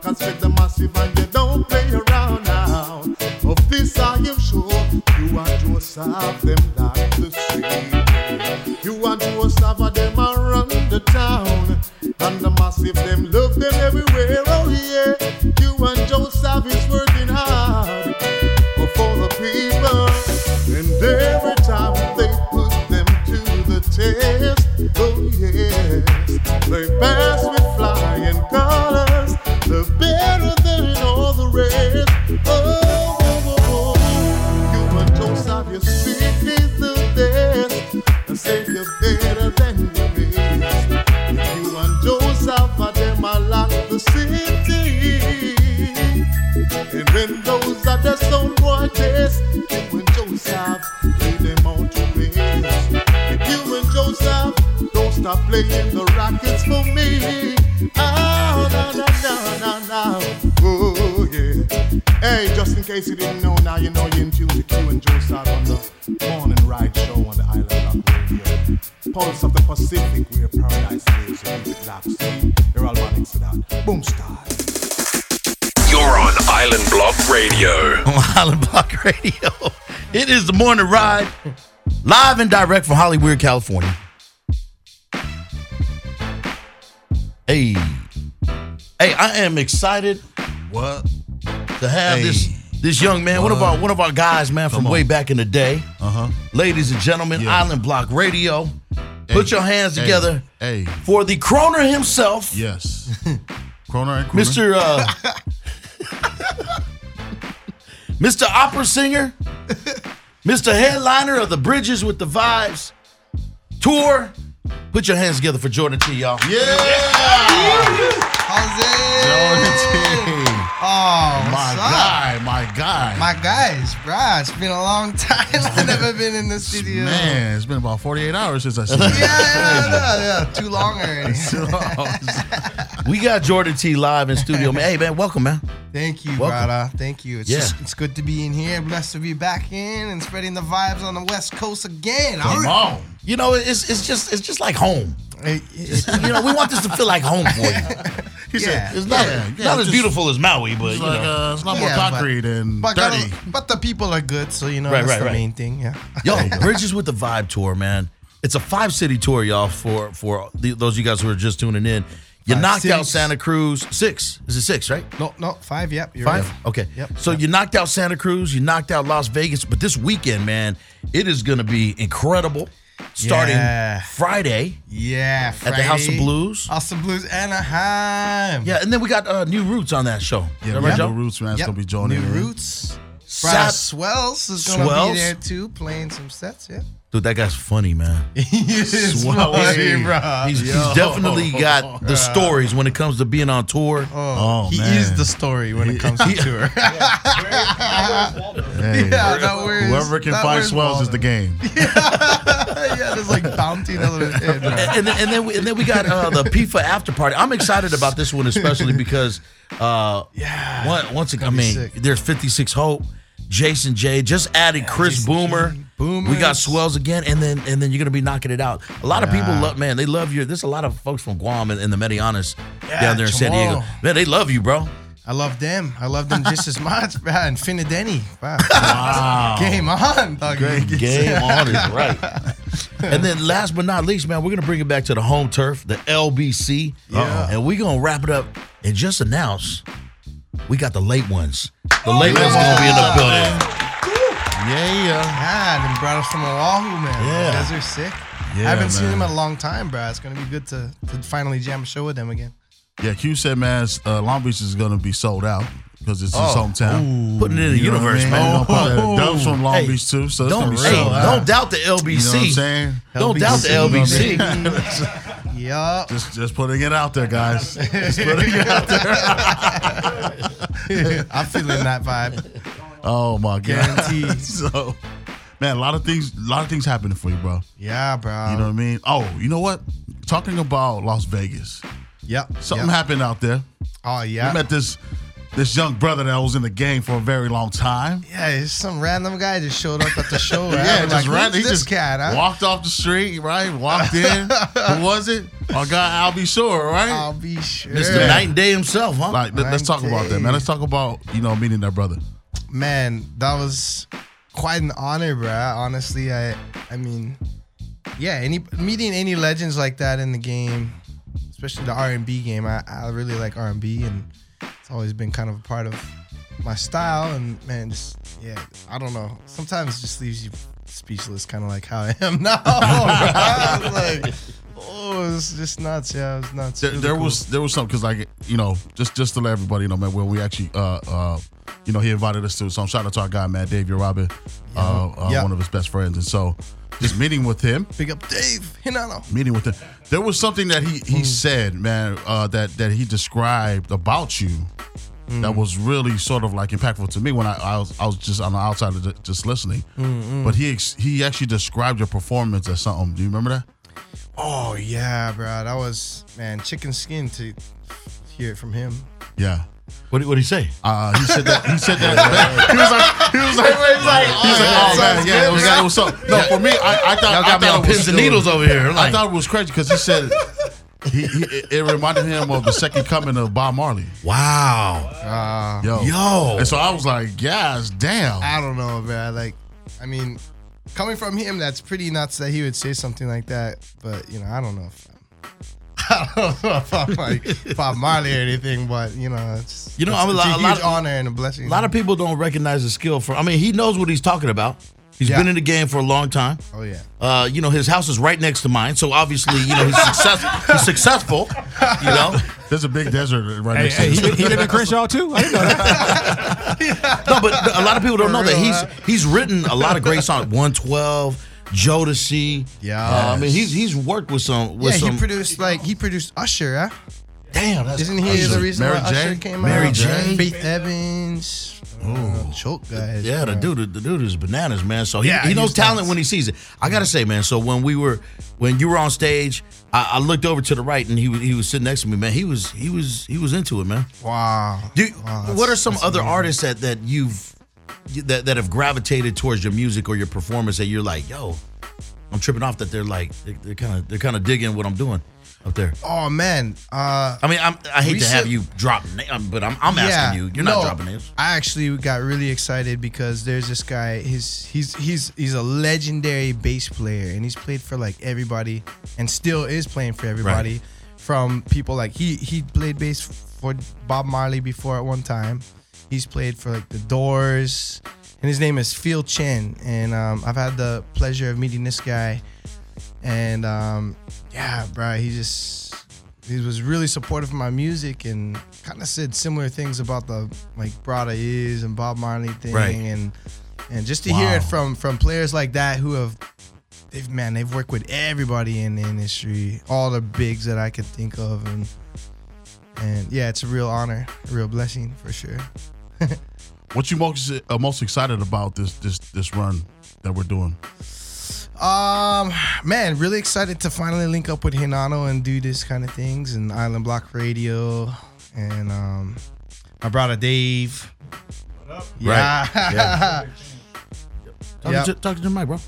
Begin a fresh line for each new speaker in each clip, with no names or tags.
constrict the massive and you don't play around now. Of this I am sure you and Joseph them down the street. You and Joseph are them around the town. And the massive them love them everywhere. Oh yeah, you and Joseph is working hard for the people. And every time they put them to the test, oh yes, they pass with flying colors. They're better than all the rest. Oh, oh, oh, oh. you and Joseph, you speak is the best. I say you're better than the rest. You and Joseph are them, I lock the city. And when those are the sound watches, you and Joseph play them out to rest. You and Joseph don't stop playing the rockets for me. Ah, na na na na na. Oh yeah. Hey, just in case you didn't know, now you know you're in tune with you and Joseph on the morning ride show on the Island Rock Radio. Pulse of the Pacific, where paradise lives, and you could laugh. See, you're all running to that. Boom star.
You're on Island Block Radio.
on Island Block Radio. It is the morning ride, live and direct from Hollywood, California. Hey, hey, I am excited
What?
to have
Hey.
this this young man, one of our one of our guys, man, from way back in the day.
Uh huh.
Ladies and gentlemen,
Yeah.
Island Block Radio. Put your hands
Hey,
together
Hey.
for the Croner himself,
Yes. Kroner and Kroner.
Mr. Uh, Mr. Opera Singer, Mr. Headliner of the Bridges with the Vibes Tour. Put your hands together for Jordan T, y'all.
Yeah.
How's
Jordan
it?
T.
Oh,
My
what's up?
guy. My guy.
My guys, bruh, it's been a long time. I've never been in the studio.
Man, it's been about 48 hours since I seen you.
Yeah, yeah, yeah, yeah, too long already.
We got Jordan T live in studio, man. Hey, man, welcome, man.
Thank you,
Welcome.
brother. Thank you. It's
Yeah.
just, it's good to be in here. Blessed to be back in and spreading the vibes on the West Coast again.
Come on.
You know, it's it's just it's just like home.
Hey,
It's- you know, we want this to feel like home for you.
He
Yeah.
It's not,
Yeah,
not
yeah,
as
just-
beautiful as Maui, but
It's
you
like
know.
uh, it's a lot more
Yeah, but-
concrete and
But, gotta-
dirty.
but the people are good, so you know
Right,
that's
right,
the
right.
main thing. Yeah.
Yo, Bridges with the Vibe tour, man. It's a five city tour, y'all. For for the, those of you guys who are just tuning in, you
Five,
knocked out
six.
Santa Cruz. Six is it six? Right?
No, no, five. Yep, you're
Five.
right.
Okay.
Yep.
So you knocked out Santa Cruz. You knocked out Las Vegas. But this weekend, man, it is going to be incredible. Starting
Yeah.
Friday
Yeah,
at the House of
Friday.
Blues.
House of Blues, Anaheim.
Yeah, and then we got uh, New Roots on that show. Is that
yeah, we
right,
have
Joe?
the roots man's
Yep.
gonna be joining.
New
in.
Roots. Brother Swells is gonna
Swells?
be there too, playing some sets. Yeah.
Dude, that guy's funny, man.
Yes,
Swells.
buddy, bro.
He's, he's
Yo.
definitely got the stories when it comes to being on tour.
Oh,
Oh,
he
man.
is the story when it comes to tour. yeah,
Hey,
that wears,
Whoever can
that
find
wears
swells is the
Walden.
game.
yeah, there's like bounty all over his head. bro.
and, and then we, and then we got uh, the FIFA after party. I'm excited about this one especially because uh,
Yeah.
one, once again, I
be
mean,
sick.
there's 56 Hope, Jason J just added Chris
Jason
Boomer.
J, Boomers.
We got Swells again, and then and then you're gonna be knocking it out. A lot of people love, man. They love you. There's a lot of folks from Guam and, and the Medianas down there in San
tomorrow.
Diego. Man, they love you, bro.
I love them. I love them just as much. Bro. And Finideni. Wow. Game on, dog.
Game on is right. And then last but not least, man, we're gonna bring it back to the home turf, the LBC.
Yeah.
And we're gonna wrap it up and just announce we got the late ones. The late ones gonna be in the building.
Yeah,
Yeah, Ah, them brothers from Oahu, man.
Yeah.
You guys are sick.
Yeah,
I haven't seen
man.
them in a long time, bro. It's gonna be good to, to finally jam a show with them again.
yeah. Q said, man, uh, Long Beach is gonna be sold out because it's
Oh.
his hometown.
Putting it in the
You know what I
universe,
mean?
man.
They're gonna put that- Dubs from Long
Hey,
Beach too, so it's gonna
Don't,
be
hey,
sold out.
don't doubt the LBC.
You know what I'm saying?
Don't doubt the
LBC.
LBC.
Yup.
Just, just putting it out there, guys. Just putting it out there.
I'm feeling that vibe.
Oh my god.
Guaranteed.
so, man, a lot of things, a lot of things happening for you, bro.
Yeah, bro.
You know what I mean? Oh, you know what? Talking about Las Vegas,
Yep.
something
yep.
happened out there.
Oh
I
yeah.
met this this young brother that was in the game for a very long time.
Yeah, it's some random guy just showed up at the show. right?
Yeah,
I'm
just
like,
ran.
who's
He
this
just
cat. Huh?
walked off the street, right? Walked in. Who was it? Our guy, I'll be sure, right?
I'll be sure.
Mr. Night and Day himself, huh?
like, let, us talk about that, man. Let's talk about you know meeting that brother.
Man, that was quite an honor, bruh. Honestly, I, I mean, yeah, any meeting any legends like that in the game, especially the R and B game. I, I really like R and B, and it's always been kind of a part of my style. And man, just yeah, I don't know. Sometimes it just leaves you speechless, kind of like how I am now. bruh. It's like, oh, it's just nuts. Yeah, it was nuts.
There,
Really
there
cool.
was there was something because like you know just just to let everybody know, man. When we actually uh uh you know he invited us to, so I'm shout out to our guy, man, Dave Robin, uh, uh
Yeah.
one of his best friends, and so just meeting with him.
big up Dave Hinano.
meeting with him. There was something that he
Hmm.
he said, man, uh, that that he described about you that
Hmm.
was really sort of like impactful to me when I, I was I was just on the outside of ju- just listening.
Hmm,
But he ex- he actually described your performance as something. Do you remember that?
Oh yeah, bro. That was man, chicken skin to hear it from him.
Yeah.
What did he say?
Uh, he said that. He said that. he was like, he was like, he was
yeah,
like, oh, man,
sounds
yeah,
good,
it was, it was so. No, for me, I, I thought
Y'all
I
got
thought
me on
it was
pins and
still-
needles over here.
I
Like,
thought it was crazy because he said he, he it- it reminded him of the second coming of Bob Marley.
wow,
Uh,
Yo.
yo,
And so I was like, guys, damn.
I don't know, bro. Like, I mean, coming from him, that's pretty nuts that he would say something like that. But you know, I don't know. If, I don't know if I'm like Bob Marley or anything, but you know, it's
You know,
it's,
I'm a
it's
lot- a
huge
lot of-
honor and a blessing.
a lot of people don't recognize the skill from. I mean, he knows what he's talking about. He's
Yeah.
been in the game for a long time.
oh yeah,
Uh, you know, his house is right next to mine, so obviously, you know, he's successful. He's successful. You know,
There's a big desert right
Hey,
next
hey,
to
he,
this.
did- he did a Crenshaw too. I didn't know that.
no, but a lot of people don't know that
real,
he's
huh?
he's written a lot of great songs. One twelve, Jodeci.
Yes.
Uh, I mean, he's he's worked with some
yeah.
with some.
he produced like he produced Usher. Huh?
damn, that's
Isn't he the
Usher.
reason
Mary
why
J?
Usher came
Mary
out?
J?
Faith Evans. Oh, choke guys.
Yeah, the
bruh.
dude, the dude is bananas, man. So he,
Yeah,
he knows
he's
talent
nuts.
when he sees it. I gotta say, man. So when we were, when you were on stage, I, I looked over to the right, and he was he was sitting next to me, man. He was he was he was into it, man.
Wow.
Do,
Wow, that's-
what are some
that's
other
amazing.
artists that that you've that that have gravitated towards your music or your performance that you're like, yo, I'm tripping off that they're like they're kind of they're kind of digging what I'm doing up there.
Oh man. Uh
I mean, I'm, I hate to
Recent-
have you drop, na- um, but I'm, I'm
yeah,
asking you. You're not
no,
dropping names.
I actually got really excited because there's this guy. He's he's he's he's a legendary bass player, and he's played for like everybody, and still is playing for everybody. From people like he he played bass for Bob Marley before at one time. He's played for like the Doors, and his name is Phil Chen. And um, I've had the pleasure of meeting this guy and um, yeah, bro, he just he was really supportive of my music and kind of said similar things about the like Brada is and Bob Marley thing,
Right.
and and just to hear it from from players like that who have. They've, man, they've worked with everybody in the industry, all the bigs that I could think of, and and yeah, it's a real honor, a real blessing for sure.
What you most uh, most excited about this this this run that we're doing?
Um, man, really excited to finally link up with Hinano and do this kind of things and Island Block Radio and um, my brother Dave. Yeah.
Talk,
Yep.
to, talk to the mic, bro.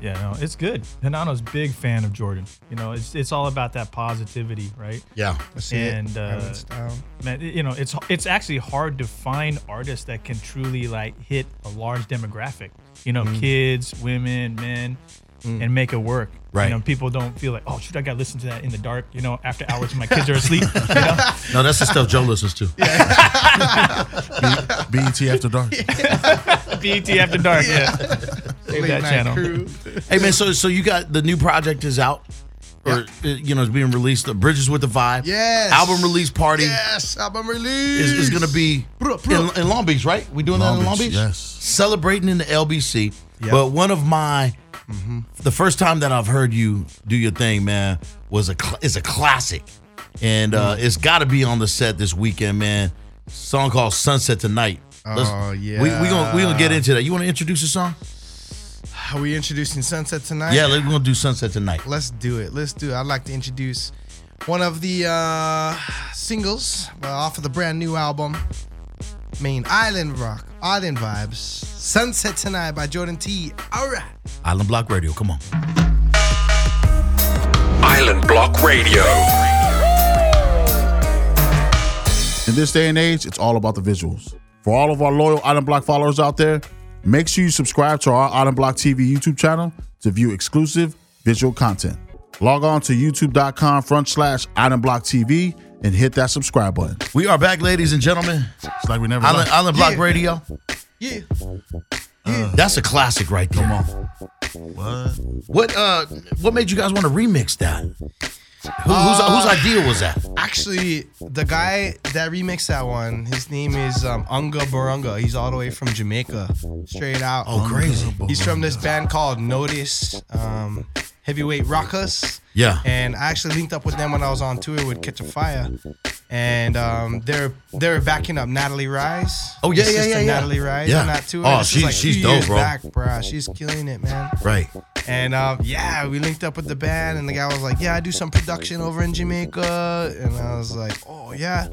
Yeah, no, it's good. Hinano's big fan of Jordan. You know, it's it's all about that positivity, right?
Yeah,
That's it.
And, uh,
Island style.
Man, it- you know, it's it's actually hard to find artists that can truly like hit a large demographic. You know, kids, women, men, and make it work.
Right.
You know, people don't feel like, oh shoot, I gotta listen to that in the dark. You know, after hours when my kids are asleep. You know?
no, that's the stuff Joe listens to.
BET E After Dark.
BET E after dark. Yeah. Save
Late
that
night
channel.
crew.
Hey man, so so you got the new project is out, or uh you know it's being released. The Bridges with the Vibe,
Yes.
album release party
Yes, album release
is, is going to be in, in Long Beach, right? We doing that in Long Beach,
yes.
Celebrating in the LBC, but one of my
Mm-hmm.
the first time that I've heard you do your thing, man, was a cl- is a classic, and uh,
Mm-hmm.
it's got to be on the set this weekend, man. Song called Sunset Tonight.
Oh, yeah.
we we gonna we gonna get into that. You want to introduce the song?
Are we introducing Sunset tonight?
Yeah, we're gonna do Sunset Tonight.
Let's do it. Let's do it. I'd like to introduce one of the uh, singles uh, off of the brand new album. Main Island Rock, Island Vibes, Sunset Tonight by Jordan T. All right.
Island Block Radio. Come on.
Island Block Radio.
In this day and age, it's all about the visuals. For all of our loyal Island Block followers out there, make sure you subscribe to our Island Block TV YouTube channel to view exclusive visual content. Log on to youtube.com front slash Island Block TV and hit that subscribe button.
We are back, ladies and gentlemen.
It's like we never
Island,
left.
Island Block
Yeah.
Radio.
Yeah.
That's a classic right there. What uh what made you guys want to remix that? Who,
Uh,
whose, whose idea was that?
Actually, the guy that remixed that one, his name is um, Unga Barunga. He's all the way from Jamaica, straight out.
Oh, crazy.
He's from this band called Notice, um, Heavyweight Rockers.
Yeah.
And I actually linked up with them when I was on tour with Catch a Fire, and um, they're they're backing up Natalie Rise.
Oh, yeah,
His
yeah,
sister
yeah, yeah.
Natalie Rise
Yeah.
on that tour.
Oh,
This was,
she's-
like,
she's
two
dope,
years
bro.
Back, bro. She's killing it, man.
Right.
And um, yeah, we linked up with the band, and the guy was like, "Yeah, I do some production over in Jamaica," and I was like, "Oh yeah."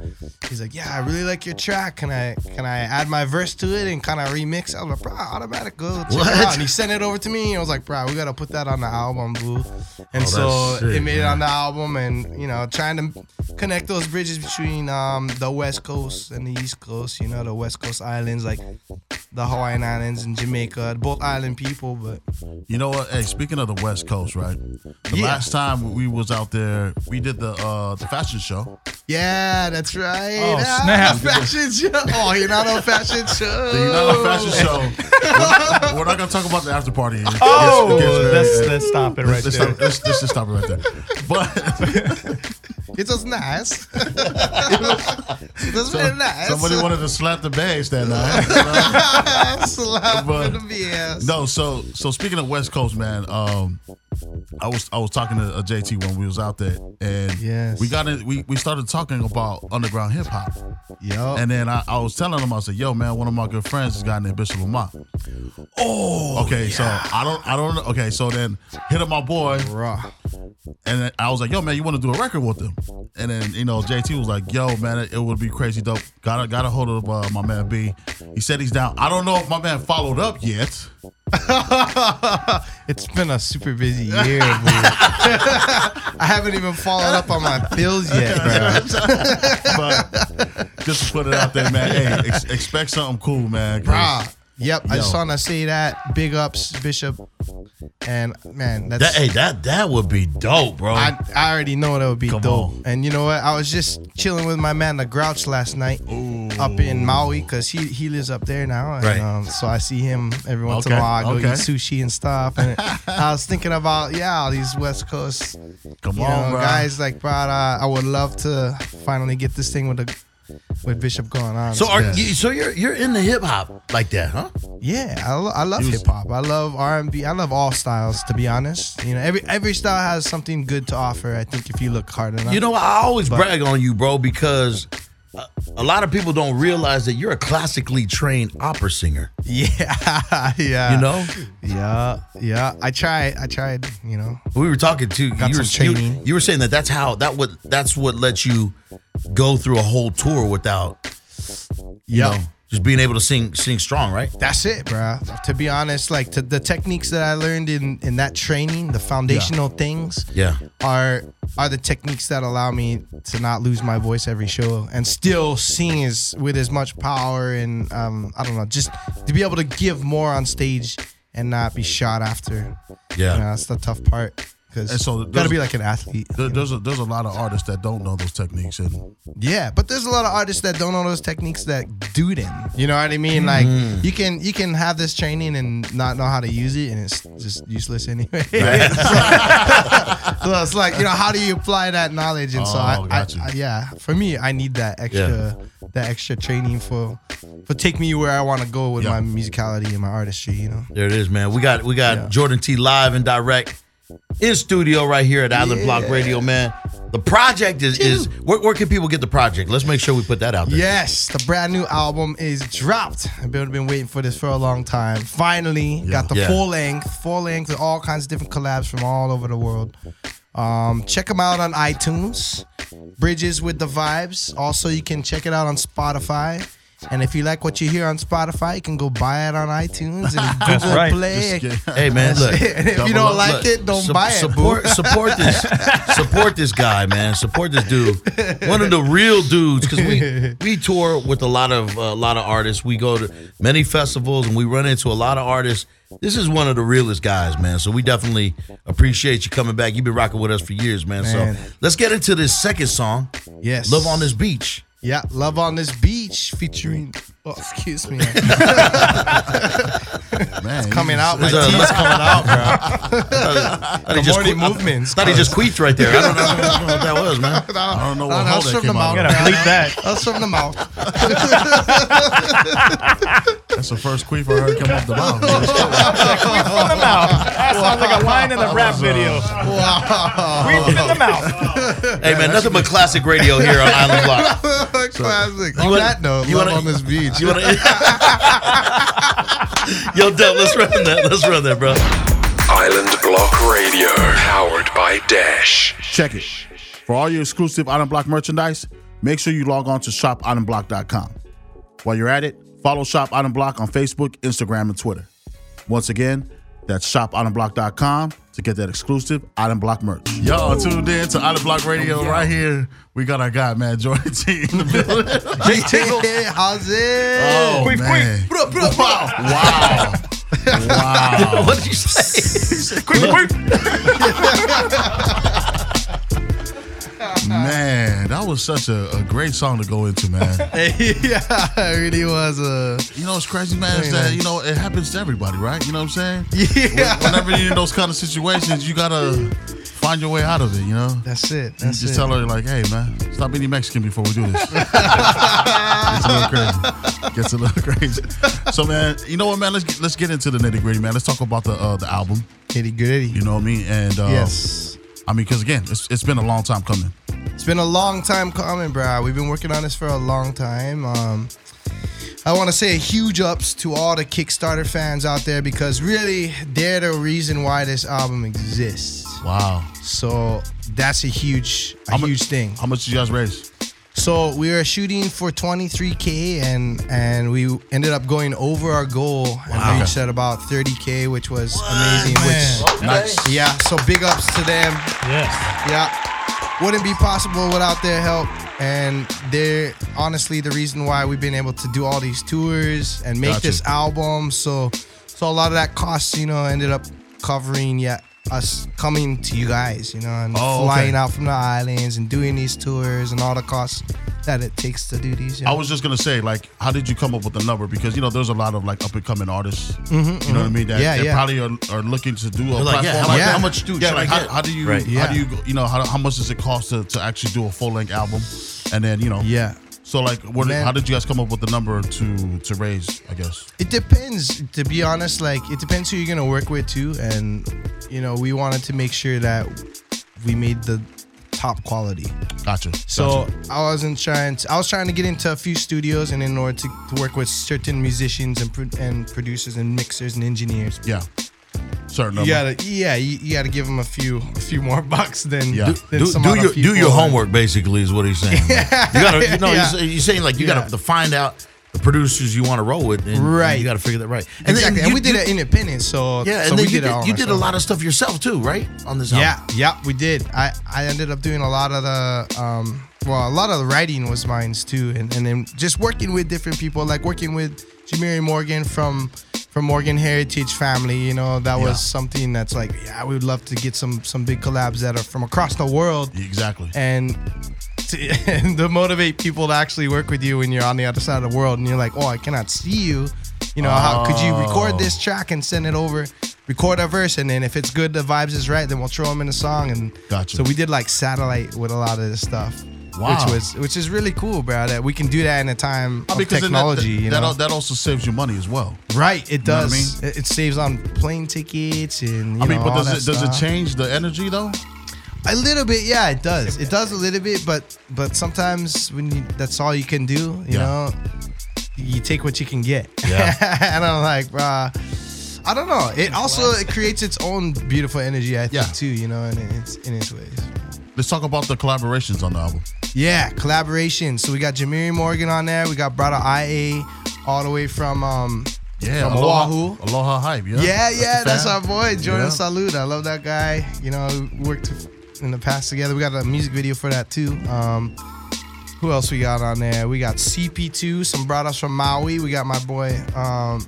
He's like, "Yeah, I really like your track. Can I can I add my verse to it and kind of remix?" I was like, "Bro, automatic go check
What?
it out." And he sent it over to me, and I was like, "Bro, we gotta put that on the album, boo." And so
Oh, sick,
it made it on the album, and you know, trying to connect those bridges between um, the West Coast and the East Coast. You know, the West Coast islands like the Hawaiian Islands and Jamaica, both island people, but.
You know what? Hey, speaking of the West Coast, right? The
Yeah.
last time we was out there, we did the uh the fashion show.
Yeah, that's right.
Oh,
Ah,
snap.
fashion show. Oh, you're not on fashion
Oh.
The United
show.
Fashion Show. We're not gonna talk about the after party. It gets-
Oh,
it gets very-
let's let's stop it
let's,
right there.
stop, let's, let's just stop it right there. But
It was nice. it was very nice.
somebody wanted to slap the bass that night.
Slap
but-
in the BS.
no, so so speaking of West Coast, man, um, I was I was talking to uh, JT when we was out there, and
Yes.
we got in. We, we started talking about underground hip hop,
Oh.
Yo.
and then I, I was telling him I said, "Yo, man, one of my good friends is a guy named Bishop Lamont." Oh, okay. So I don't I don't know. Okay, so then hit up my boy,
Raw.
and then I was like, "Yo, man, you want to do a record with him?" And then you know, JT was like, "Yo, man, it, it would be crazy dope. Got to got a hold of uh, my man B. He said he's down. I don't know if my man followed up yet.
It's been a super busy year, bro. I haven't even followed up on my bills yet, bro.
but just to put it out there, man. Hey, ex- expect something cool, man. 'cause-
Bro. Yep, Ah, I just
Yo.
want to say that. Big ups, Bishop. And man, that's
That hey, that that would be dope, bro.
I, I already know that would be
Come
dope.
on.
And you know what? I was just chilling with my man, the Grouch, last night up in Maui because he, he lives up there now. And,
Right.
um, so I see him every once in
Okay,
a while. I go
okay.
eat sushi and stuff. And I was thinking about, yeah, all these West Coast you
come
know,
on, bro.
guys like, bro, uh, I would love to finally get this thing with the with Bishop going on.
so are
yeah.
you so you're you're in the hip hop like that, huh?
Yeah, I, lo- I love hip hop. I love R and B. I love all styles. To be honest, you know, every every style has something good to offer. I think if you look hard enough.
You know, I always brag on you, bro, because a, a lot of people don't realize that you're a classically trained opera singer.
Yeah, yeah.
You know,
Yeah, yeah. I tried. I tried. You know.
we were talking to you.
Got
were,
some
you-
training.
you were saying that that's how that what that's what lets you go through a whole tour without you know just being able to sing sing strong, right?
That's it, bro. To be honest, like to the techniques that I learned in in that training, the foundational things.
Yeah.
Are are the techniques that allow me to not lose my voice every show and still sing as with as much power and um I don't know just to be able to give more on stage and not be shot after.
Yeah.
You know, that's the tough part because
And so
so gotta
those-
be like an athlete.
There- there's a there's a lot of artists that don't know those techniques, and
Yeah, but there's a lot of artists that don't know those techniques that do them. You know what I mean? Like
Mm.
you can you can have this training and not know how to use it, and it's just useless anyway. so, so it's like you know how do you apply that knowledge? And so I,
Oh, got you.
I- I- yeah, for me, I need that extra that extra training for for take me where I want to go with my
Yeah.
musicality and my artistry. You know?
There it is, man. We got we got Jordan T live and direct in studio right here at Island Block Radio, man. The project is is where, where can people get the project? Let's make sure we put that out there.
Yes, the brand new album is dropped. I've been been waiting for this for a long time. Finally, got the
Yeah.
full length, full length, with all kinds of different collabs from all over the world. Um, check them out on iTunes, Bridges with the Vibes. Also, you can check it out on Spotify. And if you like what you hear on Spotify, you can go buy it on iTunes and Google
right.
Play.
Just get-
Hey man, look.
and if you
Double
don't
up.
like it, don't
Sup-
buy it.
Support, support this, support this guy, man. Support this dude. One of the real dudes, because we we tour with a lot of a lot of artists. We go to many festivals and we run into a lot of artists. This is one of the realest guys, man. So we definitely appreciate you coming back. You've been rocking with us for years, man.
Man.
So let's get into this second song,
Yes.
"Love on This Beach."
Yeah, Love on This Beach featuring. Oh, excuse me.
man, you
coming
just-
out. My
There's a-
tea's coming out,
I
bro.
thought he
morning
que- I-
movements.
I thought he just queefed right there. I don't know, I don't know what that was, man.
I don't know
Nah,
what
nah,
hole
that's
that
from the
came out.
mouth.
of.
gotta bleep that.
That's from the mouth.
That's the first queen for her to come off the mouth. man.
From the mouth. That sounds like a line in the rap video. Wow. in the mouth.
Hey, man, nothing but classic radio here on Island Block.
Classic.
You
On
wanna-
that note,
you
Love
wanna-
on This Beach.
You wanna Yo, Dev, let's run that. Let's run that, bro.
Island Block Radio, powered by Dash.
Check it. For all your exclusive Item Block merchandise, make sure you log on to shopitemBlock.com. While you're at it, follow Shop Item Block on Facebook, Instagram, and Twitter. Once again, that's shopitemBlock.com to get that exclusive Item Block merch. Y'all tuned in to Item Block Radio right here. We got our guy, man, Jordan T in the building.
Hey, how's it?
Oh,
Quick,
man. Wow. Wow.
What did you say?
Quick, quick.
Man, that was such a, a great song to go into, man.
yeah,
Oh.
it really was uh, a.
You know, it's crazy, man. Is that you know it happens to everybody, right? You know what I'm saying?
Yeah.
Whenever you're in those kind of situations, you gotta find your way out of it. You know,
That's it.
you
That's
just
it.
tell her like, "Hey, man, stop being Mexican before we do this." Gets a little crazy. Gets a little crazy. So, man, you know what, man? Let's get, let's get into the nitty gritty, man. Let's talk about the uh, the album.
Kitty gritty.
You know what I mean? And uh,
Yes.
I mean, because again, it's, it's been a long time coming.
It's been a long time coming, bro. We've been working on this for a long time. Um, I want to say a huge ups to all the Kickstarter fans out there because really they're the reason why this album exists.
Wow.
So that's a huge, a
mu-
huge thing.
How much did you guys raise?
So we were shooting for 23k and and we ended up going over our goal and reached at about 30k, which was amazing. Which
Nice.
yeah, so big ups to them.
Yes.
Yeah, wouldn't be possible without their help. And they're honestly the reason why we've been able to do all these tours and make
Gotcha.
this album. So so a lot of that cost, you know, ended up covering yeah us coming to you guys, you know, and
Oh, okay.
flying out from the islands and doing these tours and all the costs that it takes to do these. you
I
know.
was just gonna say, like, how did you come up with the number? Because you know, there's a lot of like up and coming artists.
Mm-hmm,
you know what I mean? That,
Yeah,
that
yeah.
probably are, are looking to do a
They're like, yeah,
platform
how,
Yeah.
Much, how much do?
Yeah,
should
like
I
how,
get?
how do you,
Right.
Yeah.
how do you, you know, how, how much does it cost to, to actually do a full length album? And then you know,
yeah.
So like, what,
Man.
how did you guys come up with the number to to raise? I guess.
It depends, to be honest. Like, it depends who you're gonna work with too, and you know, we wanted to make sure that we made the top quality.
Gotcha.
So I wasn't trying. To, I was trying to get into a few studios, and in order to, to work with certain musicians and pro, and producers and mixers and engineers,
yeah, certain number.
you gotta yeah, you, you gotta give them a few a few more bucks than
Yeah.
than
Do,
some
do
other
your
people.
do your homework basically is what he's saying. man. You gotta, you know,
Yeah.
he's- he's, saying like you
Yeah.
gotta find out the producers you want to roll with, and- and
Right.
you gotta figure that right.
And, exactly. and
you-
we did
you-
it independent, so
Yeah,
so
and
we
then you
did, it
did
all
you did a
ourselves.
lot of stuff yourself too, right? On this album.
Yeah, yeah, we did. I, I ended up doing a lot of the um well, a lot of the writing was mine too, and, and then just working with different people, like working with Jamiri Morgan from from Morgan Heritage Family, you know, that
Yeah.
was something that's like, yeah, we would love to get some some big collabs that are from across the world
exactly.
and to, and to motivate people to actually work with you when you're on the other side of the world and you're like, oh, I cannot see you. You know, how could you record this
Oh.
track and send it over, record a verse, and then if it's good, the vibes is right, then we'll throw them in a song. And
Gotcha.
so we did like satellite with a lot of this stuff.
Wow.
Which was which is really cool, bro. That we can do that in a time
Oh,
of
then
technology.
that,
you
that,
know?
that, that also saves you money as well.
right? It
know what I
does. it, it saves on plane tickets and you
I mean,
know,
but
all
does
that
it does
stuff.
it change the energy though?
A little bit, yeah, it does. It does a little bit, but but sometimes when you, that's all you can do, you
Yeah.
know, you take what you can get.
Yeah.
and I'm like, bruh, I don't know. It also it creates its own beautiful energy, I think,
Yeah.
too, you know, in its in its ways.
Let's talk about the collaborations on the album.
Yeah, collaboration. So we got Jamiri Morgan on there. We got Brother IA all the way from um from
Aloha,
Oahu.
Aloha hype. Yeah,
Yeah, yeah,
the
that's
fam.
our boy, Jordan
Yeah.
Salud. I love that guy. You know, we worked in the past together. We got a music video for that too. Um, who else we got on there? We got CP2, some brothers from Maui. We got my boy um,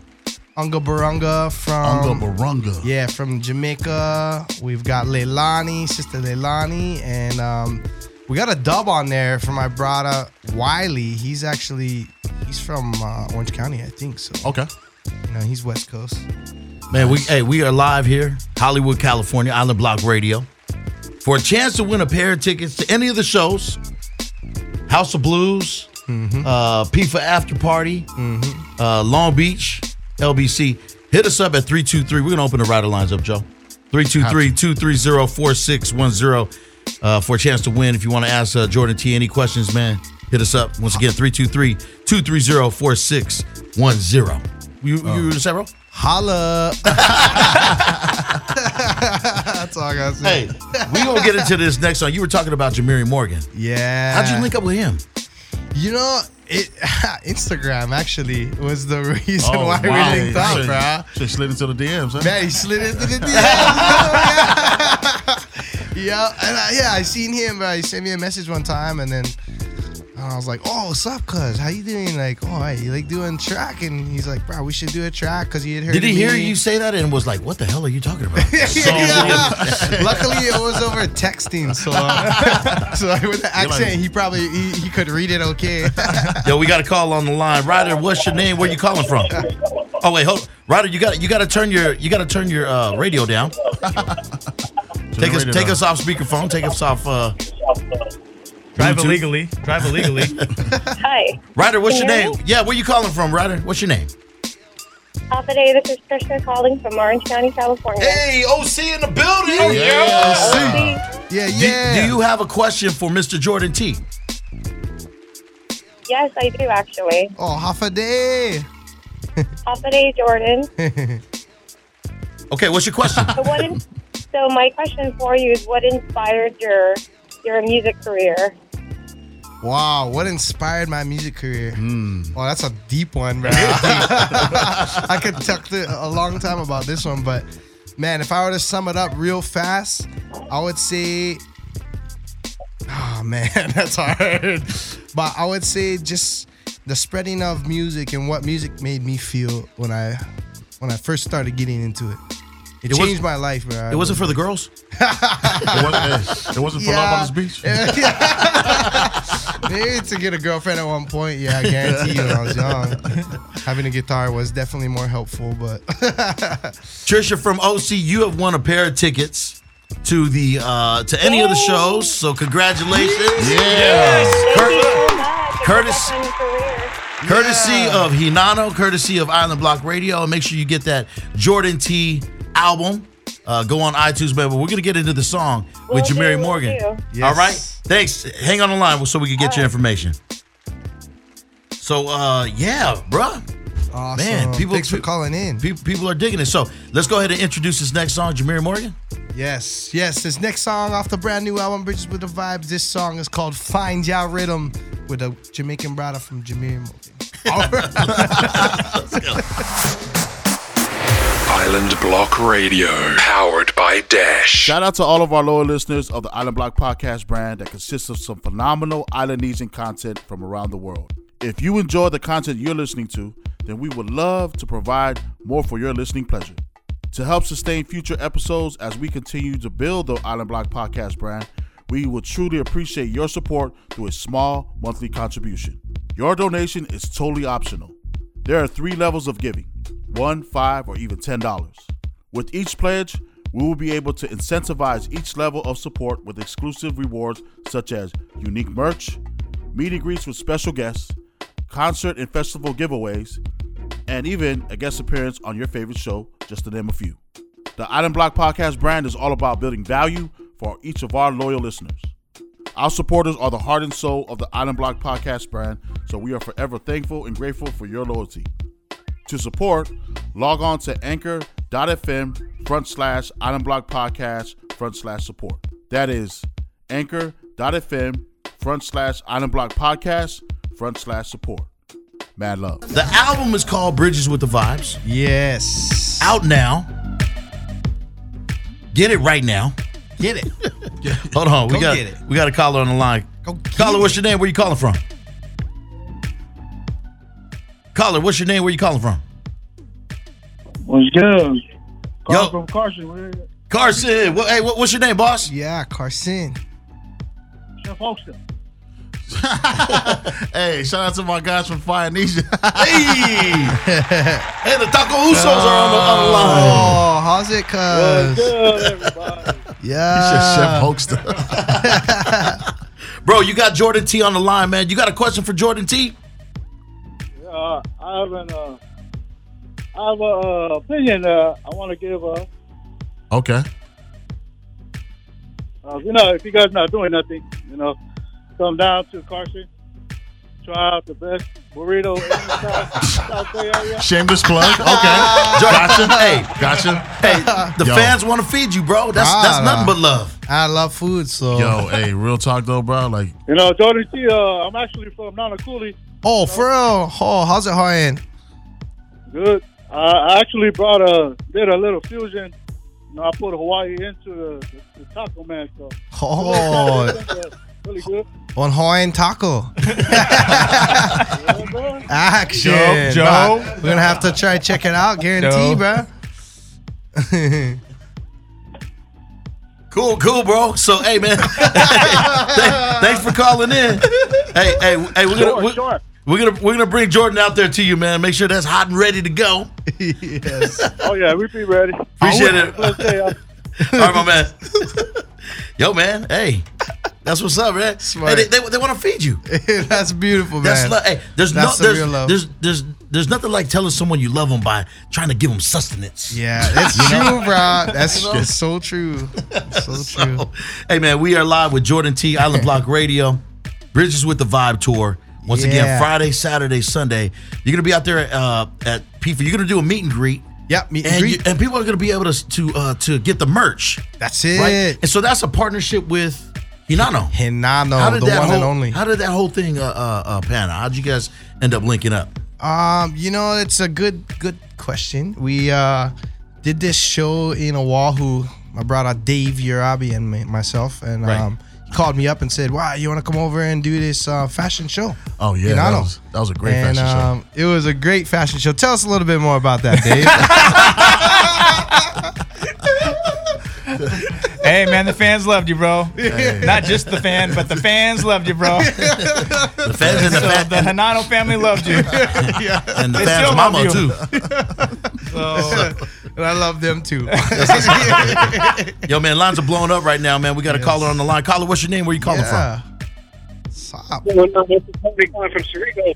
Unga Barunga from
Unga Barunga.
Um, yeah, from Jamaica. We've got Leilani, sister Leilani, and um, we got a dub on there for my brother Wiley. He's actually he's from uh, Orange County, I think. So
Okay.
you know, he's West Coast.
Man, we hey, we are live here, Hollywood, California, Island Block Radio. For a chance to win a pair of tickets to any of the shows, House of Blues, uh, P for After Party, uh, Long Beach, LBC. Hit us up at 323. We're going to open the rider lines up, Joe. 323-230-4610 uh, for a chance to win. If you want to ask uh, Jordan T any questions, man, hit us up. Once again, 323-230-4610. You, you several?
Holla. That's all I gotta say.
Hey, we gonna get into this next song. You were talking about Jamiri Morgan.
Yeah.
How'd you link up with him?
You know, it Instagram actually was the reason
Oh,
why we linked up,
Should-
bruh.
Should slid into the DMs, huh?
Man, he slid into the DMs. yeah, and I, yeah, I seen him, but he sent me a message one time, and then and I was like, "Oh, what's up, cuz? How you doing?" Like, "Oh, hey, you like doing track?" And he's like, "Bro, we should do a track," cause he had heard.
Did he
me.
hear you say that and was like, "What the hell are you talking about?"
yeah. Luckily, it was over texting, so uh, so with the accent, he probably he, he could read it okay.
Yo, we got a call on the line. Ryder, what's your name? Where you calling from? Oh wait, hold. Ryder, you got to you got to turn your you got to turn your uh, radio down.
Should
Take us
rate it
take
up.
us off speakerphone. Take us off. Uh,
Drive
Bluetooth.
illegally. Drive illegally.
Hi.
Ryder, what's your
Can you hear
name? Yeah, where you calling from, Ryder? What's your name?
Top of the day, this is Krishna calling from Orange County, California.
Hey, OC in the building.
Yeah.
See,
Yeah,
Do,
yeah.
do you have a question for Mr. Jordan T?
Yes, I do actually.
Oh, half a day.
Top of the day, Jordan.
Okay, what's your question?
So what? In, so my question for you is, what inspired your your music career?
Wow, what inspired my music career?
Hmm.
Oh, that's a deep one, bro. I could talk th- a long time about this one, but man, if I were to sum it up real fast, I would say, oh man, that's hard. But I would say just the spreading of music and what music made me feel when I when I first started getting into it. It,
was-
changed my life, bro.
It wasn't for the girls.
It wasn't, it wasn't for love on this beach.
Maybe to get a girlfriend at one point. Yeah, I guarantee you when I was young. Having a guitar was definitely more helpful, but
Trisha from OC, you have won a pair of tickets to the uh to any of the shows. So congratulations.
Yeah.
Thank
Cur-
you so much. It's
Curtis-
a fun career.
Courtesy of Hinano, courtesy of Island Block Radio. And make sure you get that Jordan T album. Uh, go on iTunes, man. But we're gonna get into the song with
Will do,
Jamari
will
Morgan.
do.
Yes.
All right. Thanks. Hang on the line so we can get your information. So uh yeah, bruh.
awesome.
people-
thanks for calling in.
Pe- people are digging it. So let's go ahead and introduce this next song, Jamari Morgan.
Yes, yes. This next song off the brand new album Bridges with the Vibes. This song is called Find Ya Rhythm with a Jamaican brother from Jamaica.
Island Block Radio, powered by Dash.
Shout out to all of our loyal listeners of the Island Block Podcast brand that consists of some phenomenal Islandesian content from around the world. If you enjoy the content you're listening to, then we would love to provide more for your listening pleasure. To help sustain future episodes as we continue to build the Island Block Podcast brand, we would truly appreciate your support through a small monthly contribution. Your donation is totally optional. There are three levels of giving one, five, or even ten dollars. With each pledge, we will be able to incentivize each level of support with exclusive rewards such as unique merch, meet and greets with special guests, concert and festival giveaways, and even a guest appearance on your favorite show, just to name a few. The Island Block Podcast brand is all about building value for each of our loyal listeners. Our supporters are the heart and soul of the Island Block Podcast brand, so we are forever thankful and grateful for your loyalty. To support, log on to anchor.fm front slash Island Block Podcast front slash support. That is anchor.fm front slash Island Block Podcast front slash support. Mad love.
The album is called Bridges with the Vibes.
Yes.
Out now. Get it right now. Get it. Hold on. We
Go
got
get it.
we got a caller on the line.
Go get
caller, what's
it.
your name? Where you calling from? Caller, what's your name? Where you calling from?
What's good? Carl
Yo.
from Carson. Where is it?
Carson. What, hey, what, what's your name, boss?
Yeah, Carson.
Chef Austin.
Hey, shout out to my guys from Fire Ninja.
Hey. hey, the Taco Usos are on the, on the
Uh.
line.
Oh, how's it,
What's
cuz?
good, everybody?
Yeah.
Chef Hoaxter.
Bro, you got Jordan T on the line, man. You got a question for Jordan T?
uh, I have an uh, I have a uh, opinion uh, I want to give. Uh,
Okay.
uh, you know, if you guys not doing nothing, you know, come down to Carson. Try out the best burrito in the South, South Bay area.
Shameless plug. Okay. gotcha. Hey, gotcha.
Hey, the
Yo.
fans want to feed you, bro. That's that's
Nah,
nothing
nah.
but love.
I love food, so.
Yo, hey, real talk though, bro. Like,
You know, Jordan T. Uh, I'm actually from Nana Cooley.
Oh, for real. Oh, how's it, Hawaiian?
Good. I I actually brought a did a little fusion. You know, I put Hawaii into the, the, the taco man stuff.
Oh,
really good.
on Hawaiian taco.
Yeah, bro.
Action.
Joe, Joe.
Nah, We're going to have to try to check it out. Guarantee,
Joe.
bro.
Cool, cool, bro. So, hey, man, Thank- thanks for calling in. Hey, hey, hey, we're gonna
Sure,
we're,
sure.
we're gonna we're gonna bring Jordan out there to you, man. Make sure that's hot and ready to go.
Oh yeah, we be ready.
Appreciate
I
it.
Oh,
would- Let's say, uh,
All right, my man. Yo, man, hey, that's what's up, man.
Smart.
Hey, they they, they want to feed you.
That's beautiful, man.
That's love. Hey, there's
That's the
no there's,
real love.
there's there's there's nothing like telling someone you love them by trying to give them sustenance.
Yeah, that's true, bro. That's it's so true. It's so true.
Hey man, we are live with Jordan T, Island Block Radio, Bridges with the Vibe Tour. Once again,
Yeah.
Friday, Saturday, Sunday. You're gonna be out there uh, at P4. You're gonna do a meet and greet,
Yep, meet and
and,
greet.
you- and people are gonna be able to to uh, to get the merch,
that's it.
right? And so that's a partnership with Hinano.
Hinano, Oh, the one
whole,
and only.
How did that whole thing uh, uh, uh, pan out? How'd you guys end up linking up?
Um, you know, it's a good good question. We uh did this show in Oahu. I brought out Dave Urabi and my, myself, and
Right.
um, he called me up and said, "Wow, you want to come over and do this uh, fashion show?"
oh yeah,
In
that
Ano.
was, that was a great
and
fashion show.
um, it was a great fashion show. Tell us a little bit more about that, Dave.
Hey man, the fans loved you, bro. Not just the fan, but the fans loved you, bro.
The fans and the,
So
fa-
the Hanano family loved you.
and the
they
fans
still love
mama
you.
too.
So
and I love them too.
Yo man, lines are blowing up right now, man. We got a caller on the line. Caller, what's your name? Where you calling from?
yeah. Stop.
this is Tony calling from Cerritos.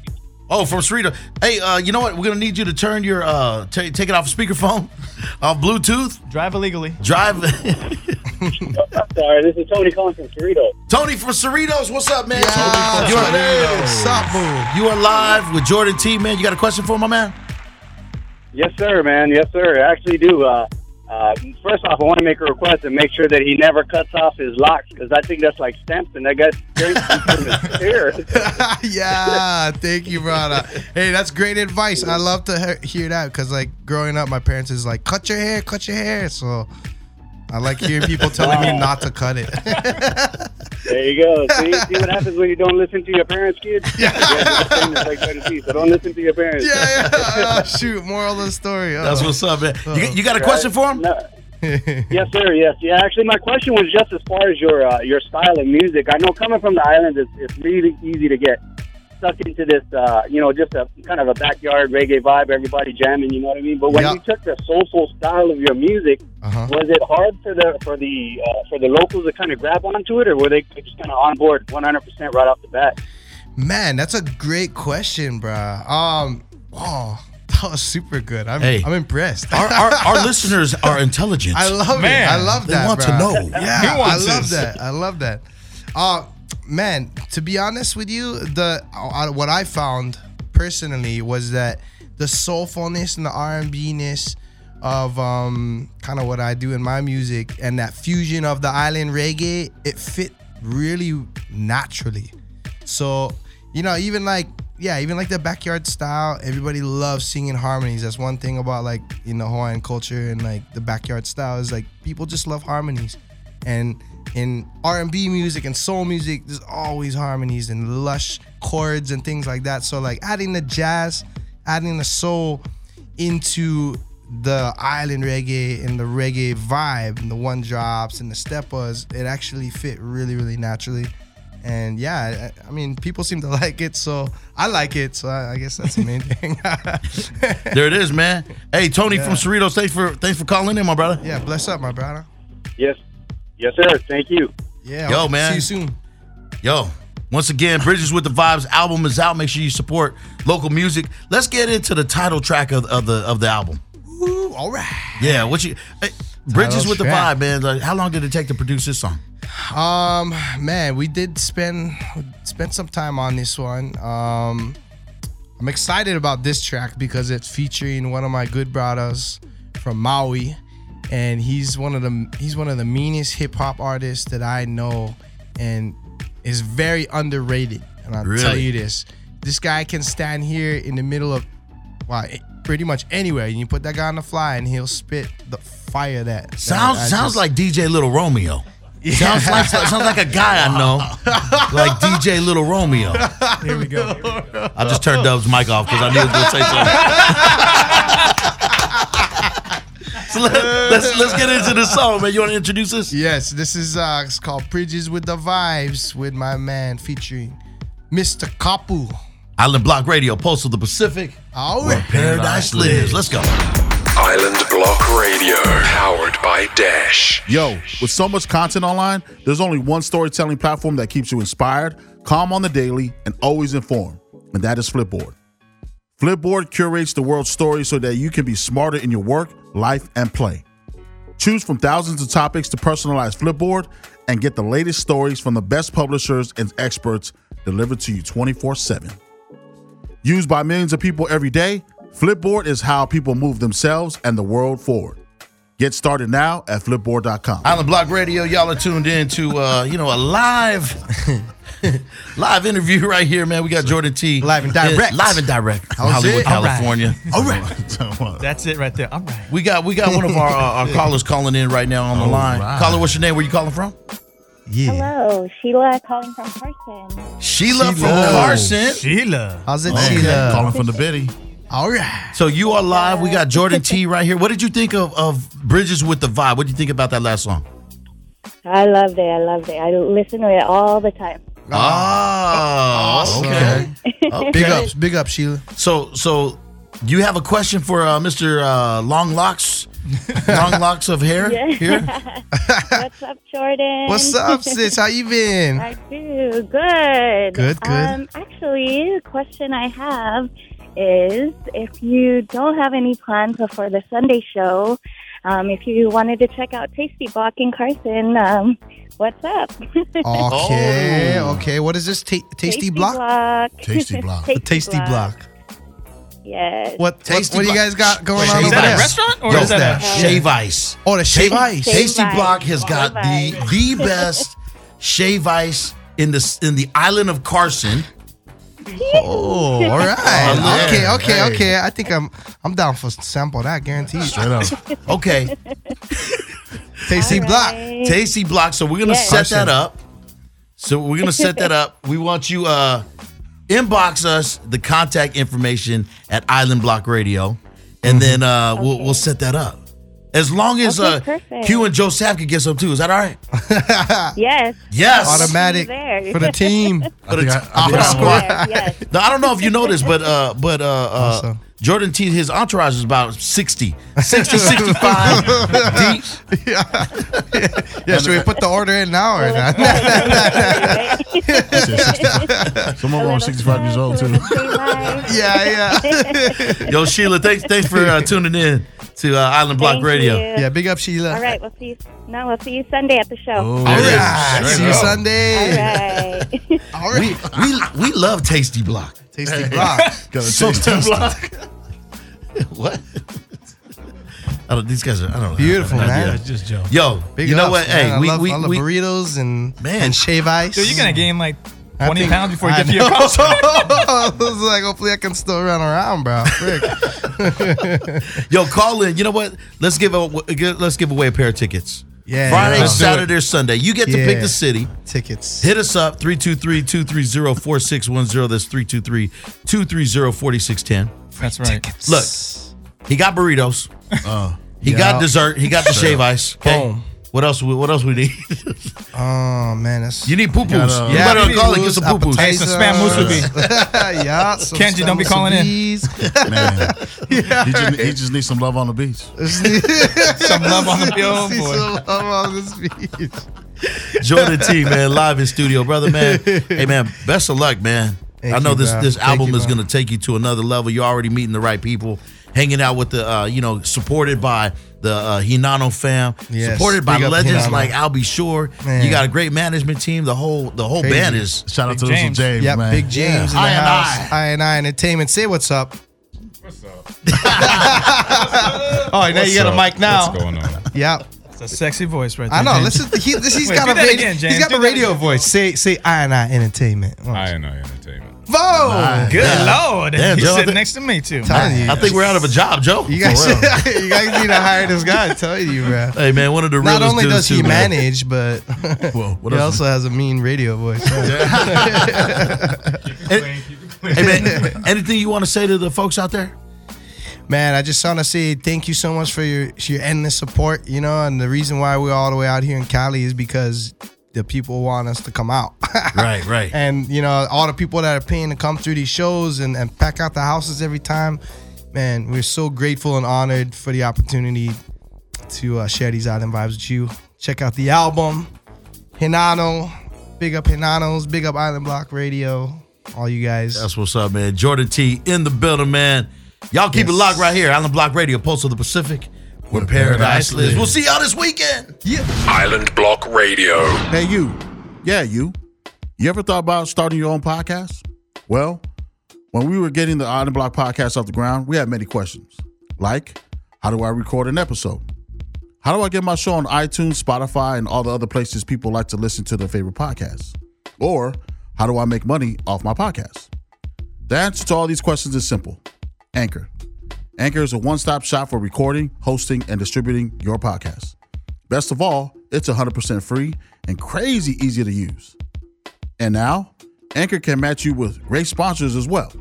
Oh, from Srita. Hey, uh, you know what? We're gonna need you to turn your uh, ta take it off speakerphone, off Bluetooth.
drive illegally.
Drive.
I'm sorry, this is Tony calling from Cerritos.
Tony from Cerritos, what's up, man?
Yeah,
you, are,
Stop, boo.
you are live with Jordan T, man. You got a question for my man?
Yes, sir, man. Yes, sir. I actually do. Uh, uh, first off, I want to make a request and make sure that he never cuts off his locks because I think that's like Stampton. That guy drinks from his ear.
yeah, thank you, brother. Hey, that's great advice. I love to he- hear that because, like, growing up, my parents is like, cut your hair, cut your hair. So I like hearing people telling me not to cut it.
There you go. See, see what happens when you don't listen to your parents, kids? Yeah. like Jordan Peele, so don't listen to your parents.
yeah, yeah. Uh, shoot, moral of the story. uh.
That's what's up, man. You, you got a question for him?
No. yes, sir. Yes, yeah. Actually, my question was just as far as your uh, your style of music. I know coming from the island, it's, it's really easy to get stuck into this, uh, you know, just a kind of a backyard reggae vibe. Everybody jamming, you know what I mean. But when
Yeah.
you took the soulful style of your music,
Uh-huh.
was it hard for the for the uh, for the locals to kind of grab onto it, or were they just kind of on board 100 percent right off the bat?
Man, that's a great question, bruh. Um, oh, that was super good. I'm,
Hey.
I'm impressed.
Our, our, our listeners are intelligent.
I love
Man,
it. I love
they
that.
want to
bruh.
know.
Yeah,
He wants
I love
this.
that. I love that. Uh, man, to be honest with you, the uh, what I found personally was that the soulfulness and the R and B ness of um, kind of what I do in my music and that fusion of the island reggae, it fit really naturally. So, you know, even like, yeah, even like the backyard style, everybody loves singing harmonies. That's one thing about like, you know, Hawaiian culture and like the backyard style is like people just love harmonies. And in R&B music and soul music, there's always harmonies and lush chords and things like that. So like adding the jazz, adding the soul into the island reggae and the reggae vibe and the one drops and the steppas, it actually fit really, really naturally. And yeah, I, I mean, people seem to like it, so I like it. So I, I guess that's the main thing.
There it is, man. Hey, Tony from Cerritos, thanks for thanks for calling in, my brother.
yeah, bless up, my brother.
Yes, yes, sir. Thank you.
Yeah,
Yo,
hope to
man.
See you soon.
Yo, once again, Bridges with the Vibes album is out. Make sure you support local music. Let's get into the title track of, of the of the album.
Ooh, all right.
Yeah, what you hey, Bridges
Title
with
track.
the Vibe, man. Like, how long did it take to produce this song?
Um, man, we did spend spent some time on this one. Um, I'm excited about this track because it's featuring one of my good brothers from Maui, and he's one of the he's one of the meanest hip hop artists that I know, and is very underrated. And I'll tell
Really?
you this: this guy can stand here in the middle of, well, it- pretty much anywhere, and you put that guy on the fly, and he'll spit the fire that that
Sounds
I
sounds
just-
like DJ Little Romeo. Sounds like sounds like a guy I know, like DJ Little Romeo.
Here we go.
I just turned Dub's mic off because I knew he was going to say something. so let, us let's get into the song, man. You want to introduce us?
Yes, this is uh, it's called Bridges with the Vibes with my man featuring Mr. Kapu.
Island Block Radio, Pulse of the Pacific,
Oh,
where Paradise lives. Let's go.
Island Block Radio, powered by Dash.
Yo, with so much content online, there's only one storytelling platform that keeps you inspired, calm on the daily, and always informed, and that is Flipboard. Flipboard curates the world's stories so that you can be smarter in your work, life, and play. Choose from thousands of topics to personalize Flipboard and get the latest stories from the best publishers and experts delivered to you 24 7. Used by millions of people every day, Flipboard is how people move themselves and the world forward. Get started now at flipboard.com.
Island Block Radio, y'all are tuned in to uh, you know a live live interview right here, man. We got Jordan T.
Live and direct.
Yeah, live and direct from
How's
Hollywood,
it? All
right.
California.
All right.
That's it right there. All right.
We got we got one of our, uh, our callers calling in right now on the line.
right.
Caller, what's your name? Where you calling from?
yeah.
Hello, Sheila calling from Carson.
Sheila, from
Sheila.
Carson.
Sheila.
How's it, Sheila?
Calling from the biddy.
All right.
So you are live. We got Jordan T right here. What did you think of, of Bridges with the Vibe? What did you think about that last song?
I loved it. I loved it. I listen to it all the time.
Ah, okay.
Big ups, big up, Sheila.
So so you have a question for uh, Mr. Uh, long locks, long locks of hair here.
What's up, Jordan?
What's up, sis? How you been?
I do. Good.
Good, good.
Um, actually, the question I have is if you don't have any plans before the Sunday show, um, if you wanted to check out Tasty Block in Carson, um, what's up?
Okay, okay. What is this? Ta- tasty block?
Tasty Block.
The tasty block.
Yes.
What?
Tasty
Tasty what, what do you
Block.
guys got going on
Shave
over
Is that
there?
a restaurant or
Yo,
is that
that?
a
Shave ice.
Oh, the shave
Ta-
ice.
Shave
Tasty
ice.
Block has
Shave
got the
ice.
the best shave ice in the in the island of Carson.
Oh, all
yeah.
right. Okay, okay,
Hey.
okay. I think I'm I'm down for sample that, guaranteed.
Straight up.
Okay,
Tasty block.
Tasty Block. So we're gonna
Yes.
set that up. So we're gonna set that up. We want you uh inbox us the contact information at Island Block Radio, and then uh we'll we'll set that up. As long as
Okay,
uh
perfect.
Q and Joe Sapp could get some too. Is that all right?
Yes.
Yes.
Automatic
There.
for the team.
I think I- I
Off
think
the
I-
squad.
Yes, yes.
Now, I don't know if you noticed, but uh, but uh, uh,
Awesome.
Jordan T, his entourage is about 60, 60, 65 deep.
Yeah, should we put the order in now or not?
Right.
Someone
A
around
little
65 years old, too.
smile, a little smile.
yeah, yeah.
Yo, Sheila, thanks thanks for uh, tuning in to uh, Island Block
Thank
Radio.
you.
Yeah, big up Sheila.
All right, we'll see you. No, we'll see you Sunday at the show.
There it is.
Ah, see you
All
Sunday.
right.
All right.
We we love Tasty Block.
Tasty block.
Gotta
So
taste test it.
Block. what? I don't, these guys are, I don't know.
Beautiful,
I have no
man.
idea.
It's just Joe.
Yo,
Big
you know
ups,
what?
man.
Hey,
I
we,
love,
we,
I love
we-
burritos and
Man.
and shave ice.
Dude, you're gonna gain like 20
think-
pounds before you
I
get to your
know.
concert.
I was like, hopefully I can still run around, bro. Frick.
Yo, call in. You know what? Let's give a, let's give away a pair of tickets.
Yeah,
Friday,
yeah.
Saturday, or Sunday. You get to pick
Yeah.
the city.
tickets.
Hit us up 323-230-4610. That's 323-230-4610.
That's right.
Look, he got burritos. he
Uh, Yeah.
got dessert. He got the shave ice. Okay.
Boom.
What else? we- What else we need?
Oh man, that's
you need poo poos.
Gotta-
You
Yeah,
better
poo-poos,
call and get some poo
Hey,
poos.
some spam musubi.
yeah. some
Kenji, don't be
scrambled
calling in.
CDs.
Man, he, just, he just needs some love on the beach.
Some love on the bill.
See
boy.
some love on this beach.
Jordan T, man, live in studio, brother, man. Hey, man, best of luck, man.
Thank
I know
you,
this
bro.
this
Thank
album
you,
is
bro.
going to take you to another level. You're already meeting the right people, hanging out with the, uh, you know, supported by the uh, Hinano fam,
Yes,
supported by
big up
legends
Hinano.
like Albie Shore.
Man.
You got a great management team. The whole the whole
Crazy.
band is
Shout out to
Big
Little
James.
James,
Yeah,
man.
Big James
I
in the
and
house.
I.
I and I Entertainment. Say what's up. What's up? oh, now you got a mic now.
What's going on?
Yeah,
It's a sexy voice right there.
I know.
James.
Listen, he, this, he's
Wait,
got
do
a
that
radio,
again, James.
he's got
Do
a
that
radio
again.
voice. Say say I and I Entertainment. Whoa,
I and I Entertainment.
I'm
Good lord.
Damn,
He's
Joe, I
sitting
think-
next to me too.
telling you.
I think we're out of a job, Joe.
You
For
guys,
real.
you guys need to hire this guy. I'm telling you, bro.
hey man, one of the
Not
realest
only
dudes
does he
too, man.
manage, but
Whoa, what
he
else?
also has a mean radio voice.
Hey man, anything you want to say to the folks out there?
Man, I just want to say thank you so much for your your endless support. You know, and the reason why we're all the way out here in Cali is because the people want us to come out.
Right, right.
and you know, all the people that are paying to come through these shows and, and pack out the houses every time. Man, we're so grateful and honored for the opportunity to uh, share these island vibes with you. Check out the album, Hinano. Big up Hinanos. Big up Island Block Radio. All you guys.
That's what's up, man. Jordan T in the building, man. Y'all keep it
Yes.
locked right here. Island Block Radio, Pulse of the Pacific, where paradise
paradise
lives.
lives.
We'll see y'all this weekend.
Island Block Radio.
Hey, you. Yeah, you. You ever thought about starting your own podcast? Well, when we were getting the Odd and Block podcast off the ground, we had many questions. Like, how do I record an episode? How do I get my show on iTunes, Spotify, and all the other places people like to listen to their favorite podcasts? Or, how do I make money off my podcast? The answer to all these questions is simple Anchor. Anchor is a one stop shop for recording, hosting, and distributing your podcast. Best of all, it's 100% free and crazy easy to use. And now, Anchor can match you with great sponsors as well,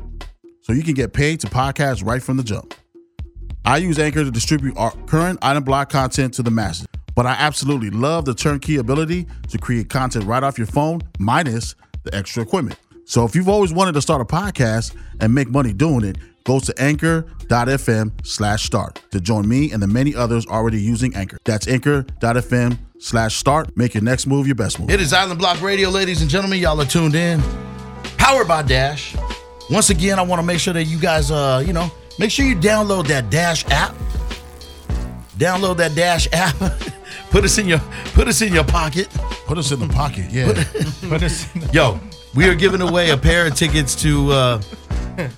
so you can get paid to podcast right from the jump. I use Anchor to distribute our current item block content to the masses, but I absolutely love the turnkey ability to create content right off your phone, minus the extra equipment. So if you've always wanted to start a podcast and make money doing it, go to anchor.fm slash start to join me and the many others already using Anchor. That's anchor.fm slash start. Make your next move your best move.
It is Island Block Radio, ladies and gentlemen. Y'all are tuned in. Powered by Dash. Once again, I want to make sure that you guys, uh, you know, make sure you download that Dash app. Download that Dash app. put us in your, put us in your pocket.
Put us in the pocket, yeah.
But it's-
Yo, we are giving away a pair of tickets to. Uh,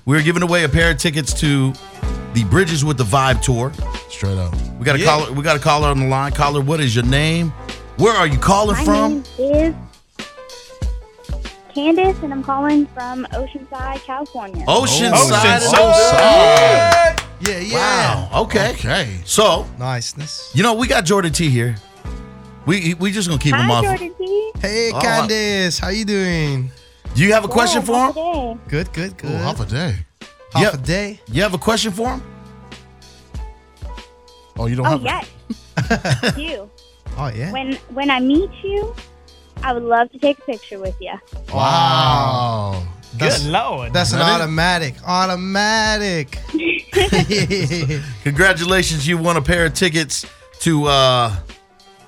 we are giving away a pair of tickets to the Bridges with the Vibe tour.
Straight up.
We got a caller. We got a caller on the line. Caller, what is your name? Where are you calling
My
from?
name is Candace, and I'm calling from Oceanside, California.
Oceanside.
Oceanside.
Oceanside.
yeah, yeah.
Wow. Okay.
Okay.
So
Niceness.
you know we got Jordan T here. We we just gonna keep him
Hi,
on.
Jordan T.
Hey,
Oh,
Candice, how you doing?
Do you have a question
Yeah,
for him?
how's your day?
Good, good, good.
Ooh, half a day.
Half
Yep.
a day.
You have a question for him?
Oh, you don't
Oh
have
yes, you.
Oh yeah.
When when I meet you, I would love to take a picture with you.
Wow.
Good
That's,
lord.
that's an
That is-
automatic. Automatic.
Congratulations, you won a pair of tickets to uh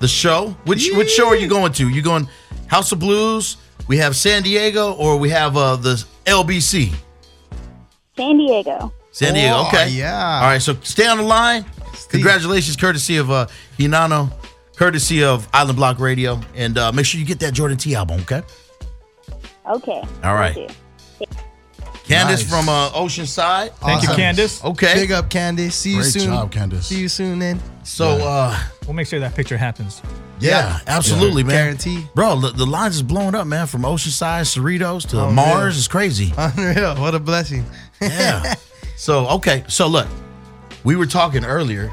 the show. Which which show are you going to? You going House of Blues? We have San Diego, or we have uh the LBC.
San Diego.
San Diego.
Oh,
okay.
yeah.
All right. So stay on the line. Congratulations, courtesy of uh, Hinano, courtesy of Island Block Radio, and uh, make sure you get that Jordan T album. Okay.
Okay.
All right.
thank you.
Candace
Nice.
from uh, Oceanside.
Thank you,
Awesome.
Candace.
Okay.
Big up, Candice. See you
Great
soon.
job, Candace.
See you soon, then.
So uh
We'll make sure that picture happens.
yeah, absolutely, man.
Guarantee.
Bro, the, the lines is blowing up, man. From Oceanside, Cerritos
Oh,
to Mars, it's crazy.
Unreal. What a blessing.
Yeah. so okay. So look, we were talking earlier.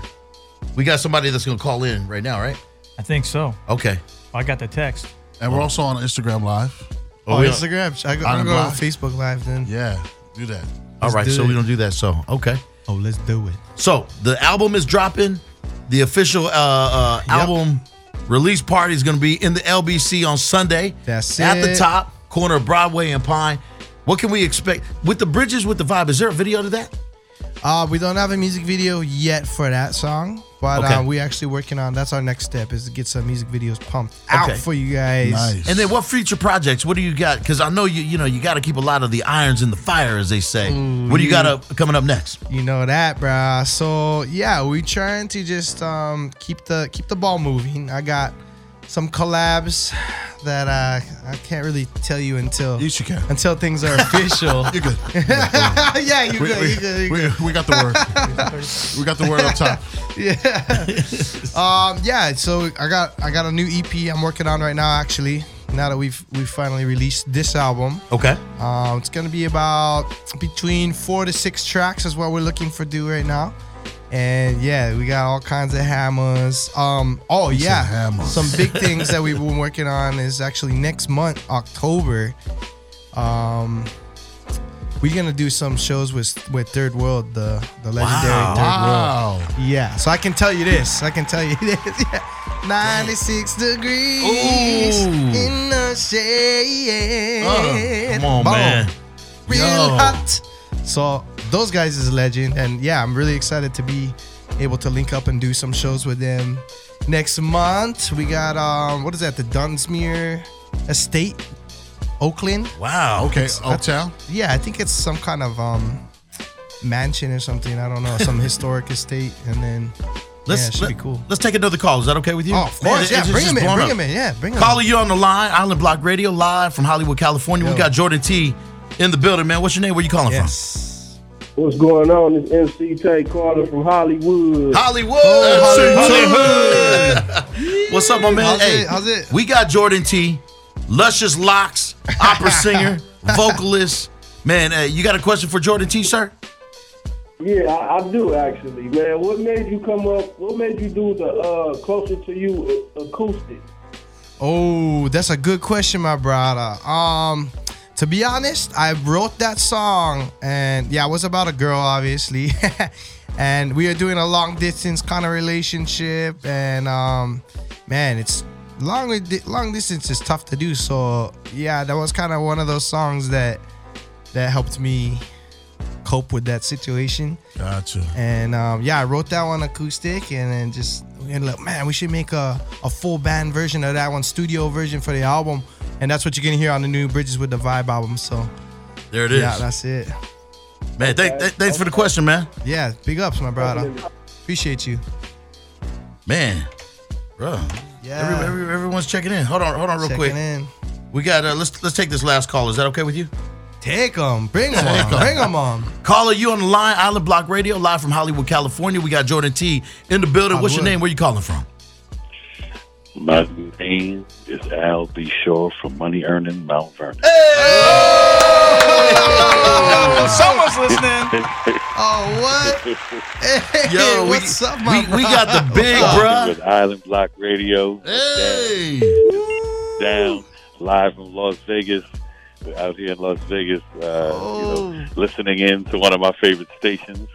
We got somebody that's gonna call in right now, right?
I think so.
Okay.
I got the text.
And we're also on Instagram Live.
Oh, Instagram. I go, I'm
Iron
going on
Block.
Facebook Live then.
Yeah, do that.
All right.
do
So
it.
we don't do that. So okay.
Oh, let's do it.
So the album is dropping. The official uh, uh, album release party is going to be in the LBC on Sunday.
That's
at the
it.
top corner of Broadway and Pine. What can we expect with the bridges with the vibe? Is there a video to that?
Uh, we don't have a music video yet for that song, but
Okay.
uh, we actually working on. That's our next step is to get some music videos pumped out
Okay.
for you guys.
Nice.
And then what future projects? What do you got? Because I know you you know you got to keep a lot of the irons in the fire, as they say.
Mm.
what do you got up, coming up next?
You know that, bruh. So yeah, we trying to just um, keep the keep the ball moving. I got some collabs that uh, I can't really tell you until
Yes, you can.
until things are official.
You're good.
yeah, you
We,
good, you good, you
we, we, we got the word. we got the word up top.
yeah. um, yeah. So I got I got a new EP I'm working on right now. Actually, now that we've we finally released this album,
Okay.
um, it's gonna be about between four to six tracks is what we're looking for do right now. And yeah, we got all kinds of hammers. Um, oh yeah,
hammers.
some big things that we've been working on is actually next month, October. Um, we're gonna do some shows with with Third World, the the legendary
Ah, Wow.
Third World.
Wow.
Yeah, so I can tell you this. I can tell you this. Yeah. 96 degrees
Ooh.
in the shade.
Oh, Come on,
Boom.
man.
Real
Yo.
hot. So those guys is a legend, and yeah, I'm really excited to be able to link up and do some shows with them next month. We got um, what is that? The Dunsmuir Estate, Oakland.
Wow.
Okay, Uptown.
Yeah, I think it's some kind of um mansion or something. I don't know, some historic estate, and then yeah, it
Let's
should
let,
be cool.
us take another call. Is that okay with you?
Oh, of course, yeah. Bring him in, bring him in, yeah, bring him.
Calling you on the line, Island Block Radio, live from Hollywood, California. We
Yo.
got Jordan T in the building, man. What's your name? Where you calling
Yes.
What's going on? It's MC Tay Carter from Hollywood.
from? Hollywood.
Oh, Hollywood.
Hollywood. What's up, my man?
How's
hey,
it? How's it?
we got Jordan T, luscious locks, opera singer, vocalist. Man, hey, you got a question for Jordan T, sir?
Yeah, I, I do actually, man. What made you come up? What made you do the uh, closer to you a- acoustic?
Oh, that's a good question, my brother. Um, to be honest, I wrote that song, and yeah, it was about a girl, obviously. and we are doing a long distance kind of relationship, and um, man, it's long long distance is tough to do. So yeah, that was kind of one of those songs that that helped me cope with that situation.
Gotcha.
And um, yeah, I wrote that one acoustic, and then just and look, man, we should make a, a full band version of that one, studio version for the album, and that's what you're gonna hear on the new Bridges with the Vibe album. So
There it is.
yeah, that's it.
man, thank- thank- thanks for the question, man.
Yeah, big ups, my brother. Appreciate you.
Man, bro.
Yeah,
Every, every, everyone's checking in. Hold on, hold on, real
checking
quick.
in.
We got. Uh, let's let's take this last call. Is that okay with you?
Take them, bring them on, bring them on.
Caller, you on the line, Island Block Radio, live from Hollywood, California. We got Jordan T in the building. What's your
Hollywood.
name? Where you calling from?
My name is Al B. Shore from Money Earning Mount Vernon.
Someone's listening.
Oh what? Hey,
Yo, we-
what's up, my Oh,
we, we got the big
Talking
bruh.
With Island Block Radio.
Ah. Hey,
Down, live from Las Vegas. We're out here in Las Vegas, uh, you know, listening in to one of my favorite stations.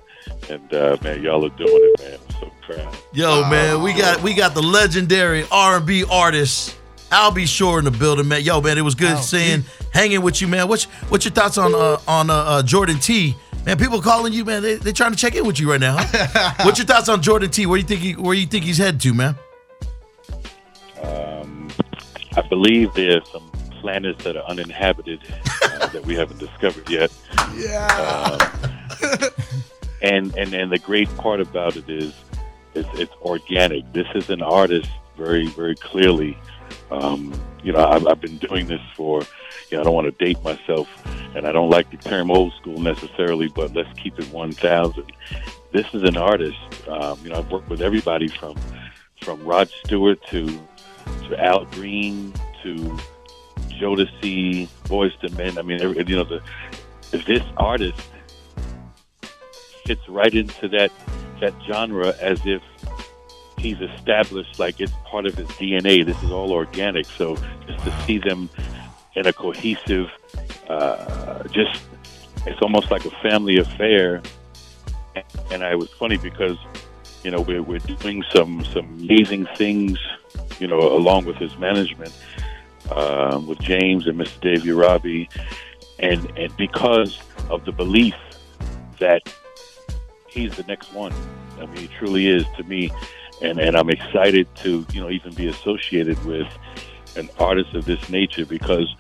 And, uh, man, y'all are doing it, man. I'm so proud.
yo, man, we got we got the legendary R and B artist Albie Shore in the building, man. Yo, man, it was good
Al B.
seeing hanging with you, man. What's what's your thoughts on uh, on uh, uh, Jordan T? Man, people calling you, man. They they trying to check in with you right now. Huh? what's your thoughts on Jordan T? Where you think he, where you think he's headed to, man?
Um, I believe there's some planets that are uninhabited uh, that we haven't discovered yet. Yeah. and, and and the great part about it is, it's, it's organic. This is an artist very very clearly. Um, you know, I've, I've been doing this for. You know, I don't want to date myself, and I don't like the term old school necessarily, but let's keep it one thousand. this is an artist. Um, you know, I've worked with everybody from from Rod Stewart to to Al Green to Jodeci, Boys to Men. I mean, every, you know, the, this artist fits right into that that genre as if he's established like it's part of his DNA. This is all organic. So just to see them in a cohesive, uh, just it's almost like a family affair. And I it was funny because you know we're, we're doing some some amazing things, you know, along with his management um, with James and Mr. Dave Urabi, and and because of the belief that he's the next one. I mean, he truly is to me, and and I'm excited to you know even be associated with an artist of this nature because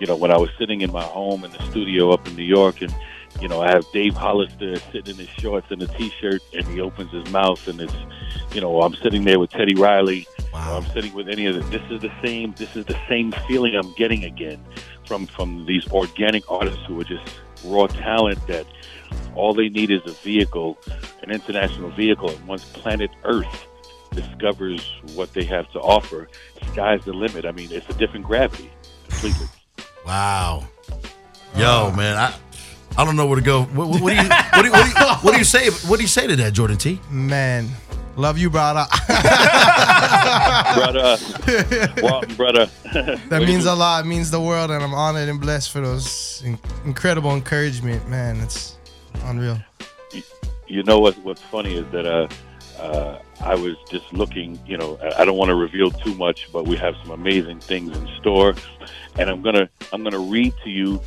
you know when I was sitting in my home in the studio up in New York and. You know, I have Dave Hollister sitting in his shorts and a T-shirt, and he opens his mouth, and it's, you know, I'm sitting there with Teddy Riley, or I'm sitting with any of the, this is the same, this is the same feeling I'm getting again from from these organic artists who are just raw talent that all they need is a vehicle, an international vehicle, and once planet Earth discovers what they have to offer, sky's the limit. I mean, it's a different gravity completely.
Wow. Yo, man, I I don't know where to go. What, what, what do you what do you, what do you what do you say? What do you say to that, Jordan T?
Man, love you, brother.
brother, Walton, brother.
That means a lot. It means the world, and I'm honored and blessed for those in- incredible encouragement. Man, it's unreal.
you know what, what's funny is that uh, uh, I was just looking, you know, I- I don't want to reveal too much, but we have some amazing things in store. And I'm going to I'm gonna read to you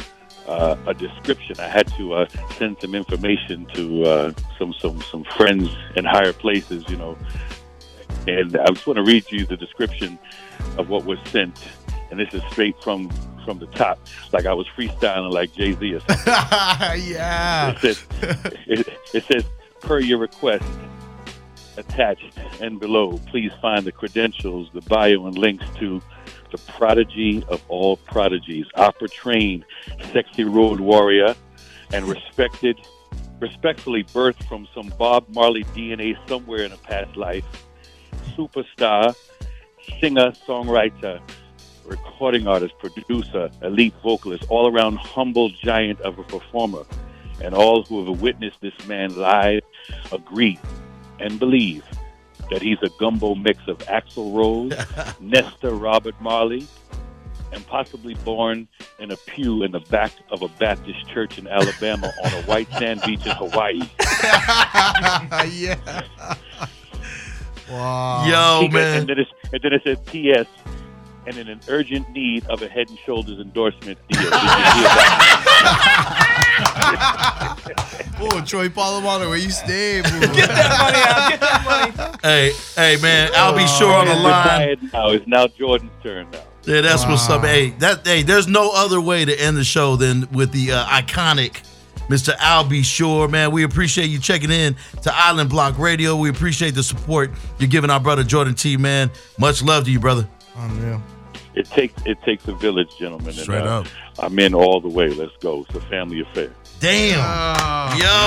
uh, a description. I had to uh, send some information to uh, some, some, some friends in higher places, you know. And I just want to read you the description of what was sent. And this is straight from, from the top. Like I was freestyling like Jay Z or something.
yeah.
It says, it, it says, per your request, attached and below, please find the credentials, the bio, and links to the prodigy of all prodigies, opera trained, sexy road warrior, and respected, respectfully birthed from some Bob Marley DNA somewhere in a past life, superstar, singer, songwriter, recording artist, producer, elite vocalist, all around humble giant of a performer. And all who have witnessed this man live agree and believe that he's a gumbo mix of Axl Rose, Nestor Robert Marley, and possibly born in a pew in the back of a Baptist church in Alabama on a white sand beach in Hawaii.
Ah,
yeah.
Uh,
Wow.
Oh,
He got- And then, it's, and then it says P.S. and in an urgent need of a Head and Shoulders endorsement deal. Did you hear that?
Oh, Troy Polamalu, where you stay, boo? Get that money out. Get that money.
Hey, hey, Oh, man, I'll be sure on the
It's
line.
retired Now it's now Jordan's turn. Now.
Yeah, that's what's up. Hey, that hey, there's no other way to end the show than with the uh, iconic Mr. Albie Shore. Man, we appreciate you checking in to Island Block Radio. We appreciate the support you're giving our brother Jordan T. Man, much love to you, brother.
Unreal.
It takes it takes a village, gentlemen. and,
Straight
uh,
up.
I'm in all the way. Let's go. It's a family affair.
Damn. Yo.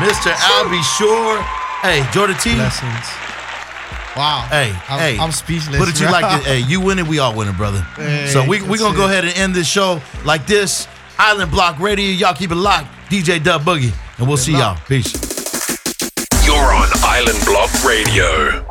Mr. Albie Shore. Hey, Jordan T.
Blessings. Wow.
Hey,
I'm-
hey.
I'm speechless,
But if you
bro.
like it, hey, you winning, we all winning, brother.
Hey,
so we we
that's
gonna go
it.
ahead and end this show like this. Island Block Radio, y'all keep it locked. DJ Dub Boogie, and we'll see y'all. Peace.
You're on Island Block Radio.